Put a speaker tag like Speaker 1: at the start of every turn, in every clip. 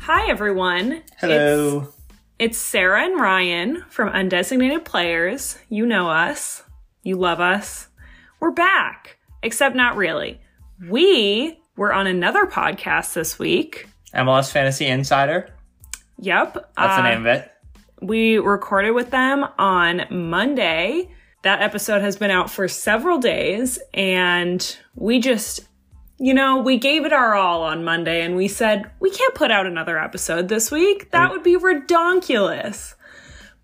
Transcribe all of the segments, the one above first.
Speaker 1: Hi, everyone. It's,
Speaker 2: Hello.
Speaker 1: it's Sarah and Ryan from Undesignated Players. You know us, you love us. We're back, except not really. We were on another podcast this week.
Speaker 2: MLS Fantasy Insider.
Speaker 1: Yep.
Speaker 2: That's the
Speaker 1: uh,
Speaker 2: name of it.
Speaker 1: We recorded with them on Monday. That episode has been out for several days, and we just, you know, we gave it our all on Monday and we said, we can't put out another episode this week. That would be redonkulous.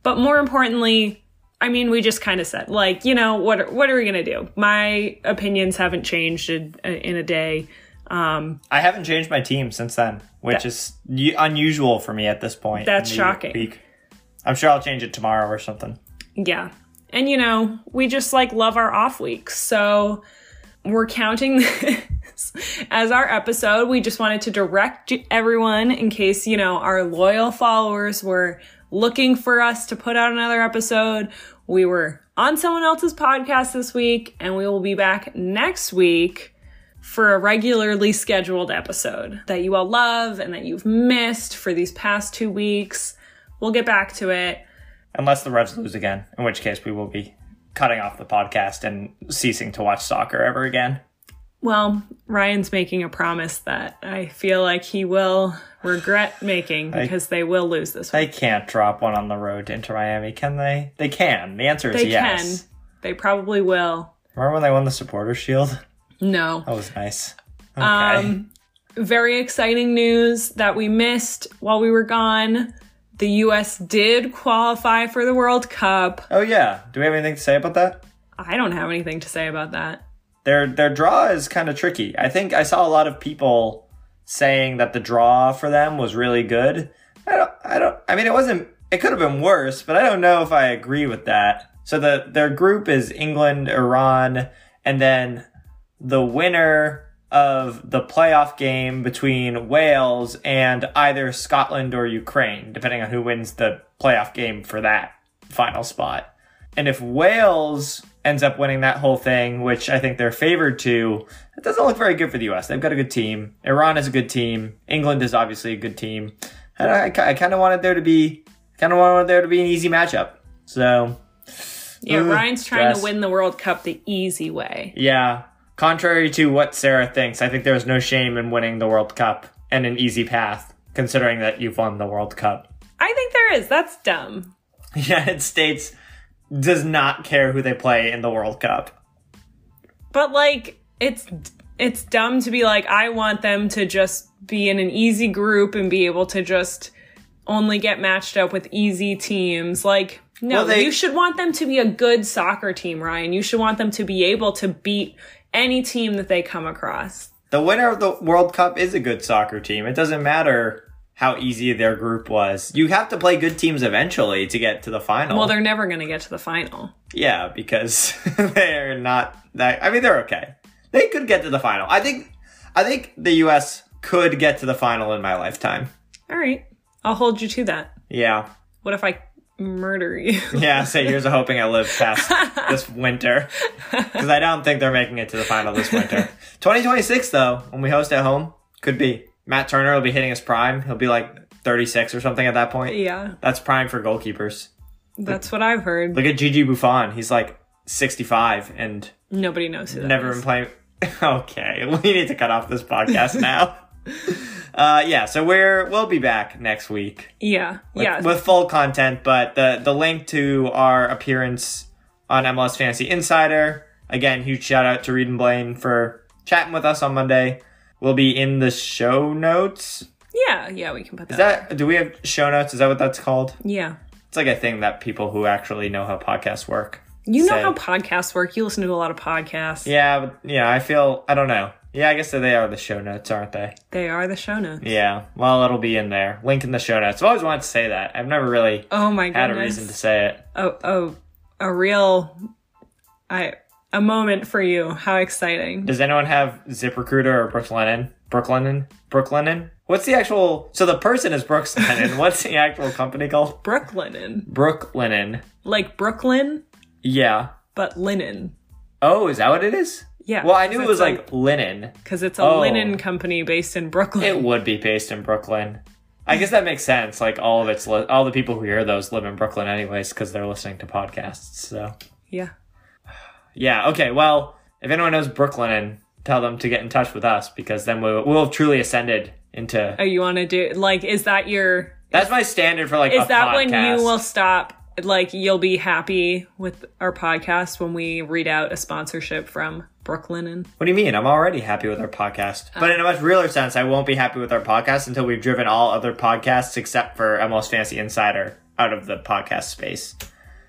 Speaker 1: But more importantly, I mean, we just kind of said, like, you know, what are, what are we going to do? My opinions haven't changed in, in a day.
Speaker 2: I haven't changed my team since then, which is u- unusual for me at this point.
Speaker 1: That's
Speaker 2: in the
Speaker 1: shocking.
Speaker 2: Week. I'm sure I'll change it tomorrow or something.
Speaker 1: Yeah. And you know, we just like love our off weeks. So we're counting this as our episode. We just wanted to direct j- everyone in case, you know, our loyal followers were looking for us to put out another episode. We were on someone else's podcast this week and we will be back next week for a regularly scheduled episode that you all love and that you've missed for these past two weeks. We'll get back to it.
Speaker 2: Unless the Revs lose again, in which case we will be cutting off the podcast and ceasing to watch soccer ever again.
Speaker 1: Well, Ryan's making a promise that I feel like he will regret making because they will lose this week.
Speaker 2: They can't drop one on the road into Miami, can they? They can. The answer is
Speaker 1: They
Speaker 2: yes.
Speaker 1: can. They probably will.
Speaker 2: Remember when they won the Supporter Shield?
Speaker 1: No.
Speaker 2: That was nice. Okay.
Speaker 1: Um, Very exciting news that we missed while we were gone. The US did qualify for the World Cup.
Speaker 2: oh yeah. Do we have anything to say about that?
Speaker 1: I don't have anything to say about that.
Speaker 2: their their draw is kind of tricky. I think I saw a lot of people saying that the draw for them was really good. I don't I don't I mean it wasn't it could have been worse, but I don't know if I agree with that. So the their group is England, Iran, and then the winner of the playoff game between Wales and either Scotland or Ukraine, depending on who wins the playoff game for that final spot. And if Wales ends up winning that whole thing, which I think they're favored to, it doesn't look very good for the US. They've got a good team. Iran is a good team. England is obviously a good team. And I, I kind of wanted there to be, kind of wanted there to be an easy matchup. So
Speaker 1: Yeah,
Speaker 2: Ugh,
Speaker 1: Ryan's trying to
Speaker 2: stress.
Speaker 1: win the World Cup the easy way.
Speaker 2: yeah, contrary to what Sarah thinks, I think there's no shame in winning the World Cup and an easy path, considering that you've won the World Cup.
Speaker 1: I think there is. That's dumb.
Speaker 2: The United States does not care who they play in the World Cup.
Speaker 1: but like it's it's dumb to be like i want them to just be in an easy group and be able to just only get matched up with easy teams like no
Speaker 2: Well, they-
Speaker 1: you should want them to be a good soccer team ryan you should want them to be able to beat any team that they come across
Speaker 2: the winner of the World Cup is a good soccer team. It doesn't matter how easy their group was. You have to play good teams eventually to get to the final.
Speaker 1: well they're never going to get to the final
Speaker 2: yeah, because they're not that I mean they're okay. They could get to the final. I think I think the US could get to the final in my lifetime.
Speaker 1: all right i'll hold you to that
Speaker 2: Yeah.
Speaker 1: what if i murder you
Speaker 2: Yeah, so here's a hoping I live past this winter. Because I don't think they're making it to the final this winter. 2026, though, when we host at home, could be. Matt Turner will be hitting his prime. He'll be like 36 or something at that point.
Speaker 1: yeah
Speaker 2: That's prime for goalkeepers.
Speaker 1: that's what i've heard
Speaker 2: Look at Gigi Buffon. He's like 65 and
Speaker 1: nobody knows who that
Speaker 2: never
Speaker 1: is.
Speaker 2: been playing. Okay, we need to cut off this podcast now. uh, yeah, so we're we'll be back next week
Speaker 1: yeah
Speaker 2: with,
Speaker 1: yeah
Speaker 2: with full content, but the the link to our appearance on MLS Fantasy Insider again, huge shout out to Reed and Blaine for chatting with us on Monday. Will be in the show notes.
Speaker 1: yeah yeah we can put
Speaker 2: Is
Speaker 1: that
Speaker 2: that do we have show notes? Is that what that's called?
Speaker 1: yeah
Speaker 2: It's like a thing that people who actually know how podcasts work
Speaker 1: You know
Speaker 2: say.
Speaker 1: how podcasts work. You listen to a lot of podcasts.
Speaker 2: Yeah, but yeah, I feel I don't know. Yeah, I guess they are the show notes, aren't they?
Speaker 1: They are the show notes.
Speaker 2: Yeah. Well, it'll be in there. Link in the show notes. I've always wanted to say that. I've never really
Speaker 1: Oh my
Speaker 2: had a
Speaker 1: goodness.
Speaker 2: reason to say it.
Speaker 1: oh, oh, a real, I a moment for you. How exciting!
Speaker 2: Does anyone have ZipRecruiter or Brooklinen? Brooklinen? Brooklinen? What's the actual so the person is Brooks Lennon. What's the actual company called?
Speaker 1: Brooklinen,
Speaker 2: Brooklinen.
Speaker 1: like Brooklyn,
Speaker 2: Yeah.
Speaker 1: but linen.
Speaker 2: Oh, is that what it is?
Speaker 1: Yeah.
Speaker 2: Well, I knew it was
Speaker 1: it's a-
Speaker 2: like linen.
Speaker 1: because it's a
Speaker 2: Oh.
Speaker 1: linen company based in Brooklyn.
Speaker 2: It would be based in Brooklyn. I guess that makes sense. Like all of its li- all the people who hear those live in Brooklyn anyways because they're listening to podcasts. So
Speaker 1: Yeah.
Speaker 2: yeah, okay. Well, if anyone knows Brooklyn, tell them to get in touch with us because then we'll we'll have truly ascended into.
Speaker 1: Oh, you want to do like? Is that your?
Speaker 2: That's my standard for like.
Speaker 1: Is
Speaker 2: a
Speaker 1: that when
Speaker 2: podcast.
Speaker 1: you will stop? Like you'll be happy with our podcast when we read out a sponsorship from Brooklinen.
Speaker 2: What do you mean? I'm already happy with our podcast.
Speaker 1: Oh.
Speaker 2: But in a much realer sense, I won't be happy with our podcast until we've driven all other podcasts except for MLS Fancy Insider out of the podcast space.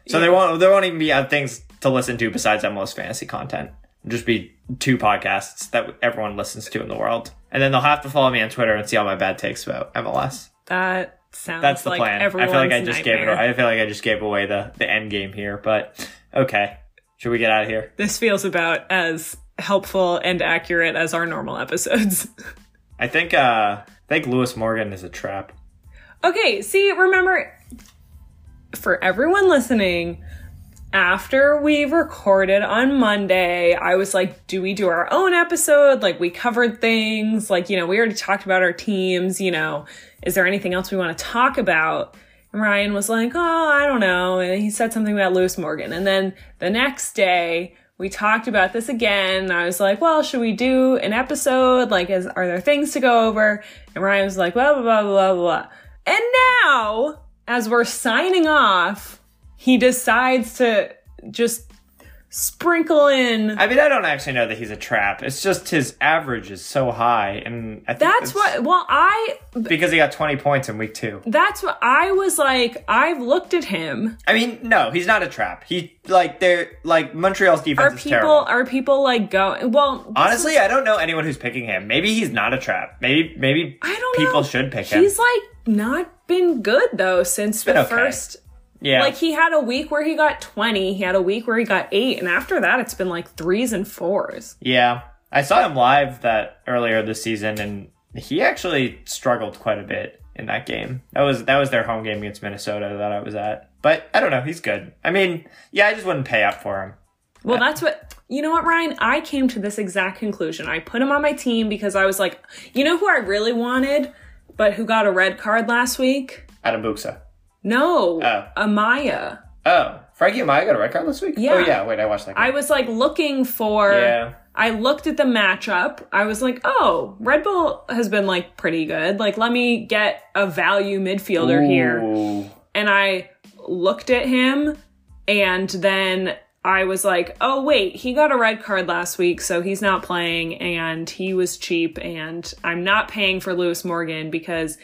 Speaker 2: So there won't there won't even be uh, things to listen to besides MLS Fantasy content. It'll just be two podcasts that everyone listens to in the world. And then they'll have to follow me on Twitter and see all my bad takes about MLS.
Speaker 1: That sounds
Speaker 2: That's the
Speaker 1: like
Speaker 2: plan. I feel
Speaker 1: everyone's
Speaker 2: like I just
Speaker 1: nightmare.
Speaker 2: gave it I feel like I just gave away the the end game here, but okay. Should we get out of here?
Speaker 1: This feels about as helpful and accurate as our normal episodes.
Speaker 2: I think uh I think Lewis Morgan is a trap.
Speaker 1: Okay, see, remember, for everyone listening, after we recorded on Monday, I was like, do we do our own episode? Like, we covered things. Like, you know, we already talked about our teams. You know, is there anything else we want to talk about? And Ryan was like, oh, I don't know. And he said something about Lewis Morgan. And then the next day, we talked about this again. And I was like, well, should we do an episode? Like, is, are there things to go over? And Ryan was like, blah, blah, blah, blah, blah, blah. And now, as we're signing off, he decides to just sprinkle in.
Speaker 2: I mean, I don't actually know that he's a trap. It's just his average is so high, and I think
Speaker 1: That's
Speaker 2: it's
Speaker 1: what, well, I,
Speaker 2: because he got twenty points in week two.
Speaker 1: that's what I was like. I've looked at him.
Speaker 2: I mean, no, he's not a trap. He like they're like Montreal's defense
Speaker 1: Are
Speaker 2: is
Speaker 1: people,
Speaker 2: terrible. Uh,
Speaker 1: are people like going, well,
Speaker 2: Honestly, I don't know anyone who's picking him. Maybe he's not a trap. Maybe maybe
Speaker 1: I don't know.
Speaker 2: people should pick him.
Speaker 1: He's like not been good though since the
Speaker 2: been okay.
Speaker 1: first.
Speaker 2: Yeah,
Speaker 1: Like he had a week where he got 20, he had a week where he got 8, and after that it's been like 3s and 4s.
Speaker 2: yeah. I saw him live that earlier this season, and he actually struggled quite a bit in that game. That was that was their home game against Minnesota that I was at. But I don't know. He's good. I mean, yeah, I just wouldn't pay up for him.
Speaker 1: Well, that's what you know what, Ryan? I came to this exact conclusion. I put him on my team because I was like, you know who I really wanted, but who got a red card last week?
Speaker 2: Adam Buxa.
Speaker 1: No,
Speaker 2: Oh.
Speaker 1: Amaya.
Speaker 2: Oh, Frankie Amaya got a red card this week?
Speaker 1: Yeah.
Speaker 2: Oh, yeah. Wait, I watched that. Game.
Speaker 1: I was like looking for.
Speaker 2: Yeah.
Speaker 1: I looked at the matchup. I was like, oh, Red Bull has been like pretty good. Like, let me get a value midfielder here.
Speaker 2: Ooh.
Speaker 1: and I looked at him and then I was like, "Oh wait, he got a red card last week, so he's not playing and he was cheap and I'm not paying for Lewis Morgan because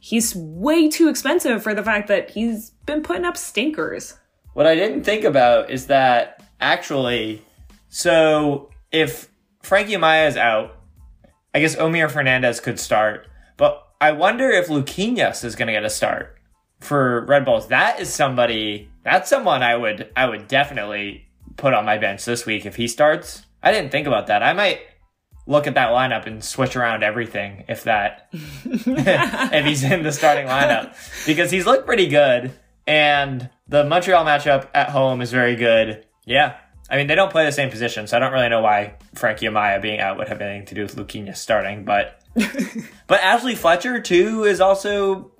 Speaker 1: he's way too expensive for the fact that he's been putting up stinkers."
Speaker 2: What I didn't think about is that actually, so if Frankie Amaya is out, I guess Omir Fernandez could start. But I wonder if Luquinhas is going to get a start for Red Bulls. That is somebody. That's someone I would I would definitely put on my bench this week if he starts. I didn't think about that. I might look at that lineup and switch around everything if that if he's in the starting lineup because he's looked pretty good and the Montreal matchup at home is very good. Yeah. I mean, they don't play the same position, so I don't really know why Frankie Amaya being out would have anything to do with Luquinha starting, but but Ashley Fletcher too is also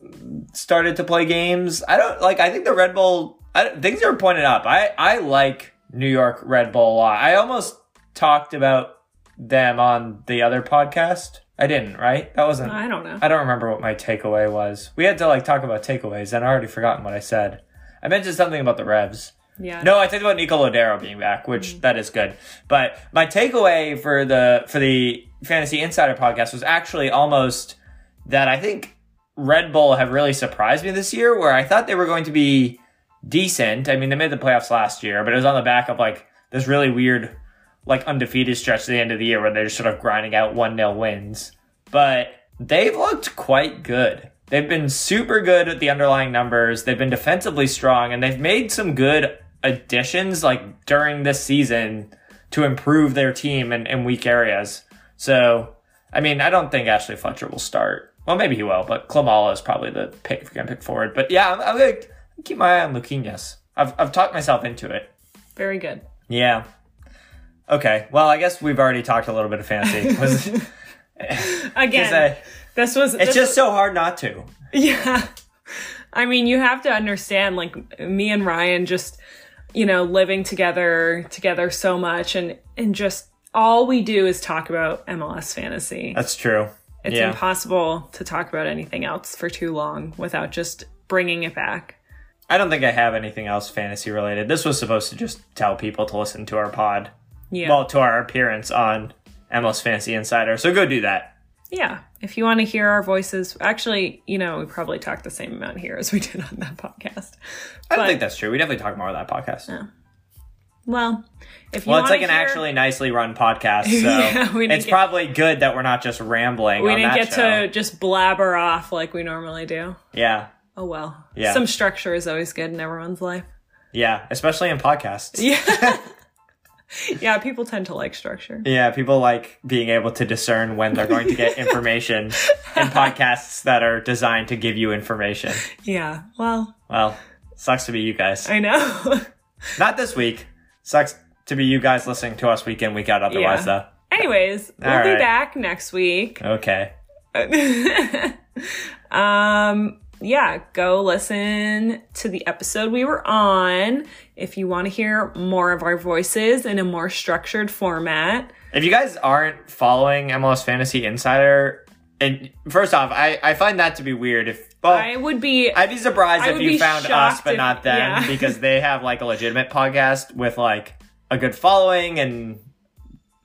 Speaker 2: started to play games. I don't like. I think the Red Bull I, things are pointed up. I I like New York Red Bull a lot. I almost talked about them on the other podcast. I didn't, right? That wasn't.
Speaker 1: I don't know.
Speaker 2: I don't remember what my takeaway was. We had to like talk about takeaways, and I already forgotten what I said. I mentioned something about the Revs.
Speaker 1: Yeah.
Speaker 2: No, I talked about Nico Lodero being back, which that is good. But my takeaway for the for the Fantasy Insider podcast was actually almost that I think Red Bull have really surprised me this year, where I thought they were going to be decent. I mean, they made the playoffs last year, but it was on the back of like this really weird, like undefeated stretch to the end of the year where they're just sort of grinding out one 0 wins. But they've looked quite good. They've been super good at the underlying numbers. They've been defensively strong, and they've made some good additions like during this season to improve their team in, in weak areas. So, I mean, I don't think Ashley Fletcher will start. Well, maybe he will, but Klamala is probably the pick if you're gonna pick forward. But yeah, I'm, I'm gonna keep my eye on Luquinhas. I've I've talked myself into it.
Speaker 1: Very good.
Speaker 2: Yeah. Okay. Well, I guess we've already talked a little bit of fantasy. Was,
Speaker 1: Again,
Speaker 2: is I-
Speaker 1: This was
Speaker 2: uh, It's
Speaker 1: this-
Speaker 2: just so hard not to.
Speaker 1: yeah. I mean, you have to understand like me and Ryan just, you know, living together together so much and and just all we do is talk about MLS fantasy.
Speaker 2: That's true.
Speaker 1: It's
Speaker 2: Uh, yeah.
Speaker 1: impossible to talk about anything else for too long without just bringing it back.
Speaker 2: I don't think I have anything else fantasy related. This was supposed to just tell people to listen to our pod.
Speaker 1: Yeah.
Speaker 2: Well, to our appearance on MLS Fantasy Insider. So go do that.
Speaker 1: yeah. If you want to hear our voices, actually, you know, we probably talked the same amount here as we did on that podcast.
Speaker 2: I don't
Speaker 1: But-
Speaker 2: think that's true. We definitely talk more of that podcast.
Speaker 1: Well, if you
Speaker 2: Well,
Speaker 1: wanna
Speaker 2: it's like
Speaker 1: hear-
Speaker 2: an actually nicely run podcast, so
Speaker 1: Yeah, we didn't
Speaker 2: it's
Speaker 1: get-
Speaker 2: probably good that we're not just rambling.
Speaker 1: we
Speaker 2: on
Speaker 1: didn't
Speaker 2: that
Speaker 1: get
Speaker 2: show.
Speaker 1: to just blabber off like we normally do.
Speaker 2: Yeah,
Speaker 1: Oh well.
Speaker 2: Yeah.
Speaker 1: Some structure is always good in everyone's life.
Speaker 2: yeah, especially in podcasts.
Speaker 1: Yeah. yeah, people tend to like structure.
Speaker 2: Yeah, people like being able to discern when they're going to get information in podcasts that are designed to give you information.
Speaker 1: Yeah. Well,
Speaker 2: Well, sucks to be you guys.
Speaker 1: I know.
Speaker 2: Not this week. Sucks to be you guys listening to us week in, week out otherwise,
Speaker 1: Yeah. Anyways, we'll
Speaker 2: All
Speaker 1: be
Speaker 2: right.
Speaker 1: back next week.
Speaker 2: though. Okay.
Speaker 1: um yeah, go listen to the episode we were on if you want to hear more of our voices in a more structured format.
Speaker 2: If you guys aren't following MLS Fantasy Insider, and first off, I, I find that to be weird. If well,
Speaker 1: I would be
Speaker 2: I'd be surprised
Speaker 1: I
Speaker 2: if
Speaker 1: would
Speaker 2: you
Speaker 1: be
Speaker 2: found us
Speaker 1: shocked
Speaker 2: but
Speaker 1: if-
Speaker 2: not them
Speaker 1: yeah.
Speaker 2: because they have like a legitimate podcast with like a good following and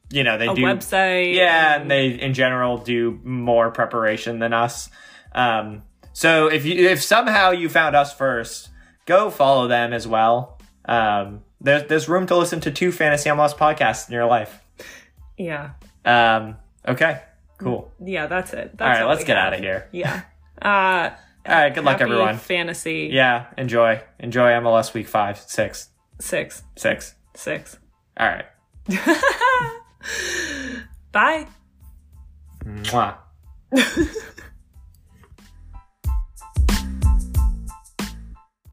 Speaker 2: you know they
Speaker 1: a
Speaker 2: do
Speaker 1: website.
Speaker 2: yeah and they in general do more preparation than us. Um, so if you if somehow you found us first, go follow them as well. Um, there's there's room to listen to two fantasy MLS podcasts in your life.
Speaker 1: Yeah.
Speaker 2: Um, okay, cool.
Speaker 1: Yeah, that's it. Mm, That's
Speaker 2: All right,
Speaker 1: all
Speaker 2: let's
Speaker 1: we
Speaker 2: get
Speaker 1: have.
Speaker 2: out of here.
Speaker 1: Yeah. Uh
Speaker 2: All right, good luck,
Speaker 1: happy
Speaker 2: everyone.
Speaker 1: Fantasy.
Speaker 2: Yeah, enjoy. Enjoy MLS week five, six,
Speaker 1: Six.
Speaker 2: six.
Speaker 1: Six. Ah.
Speaker 2: All right.
Speaker 1: Bye.
Speaker 2: Mwah.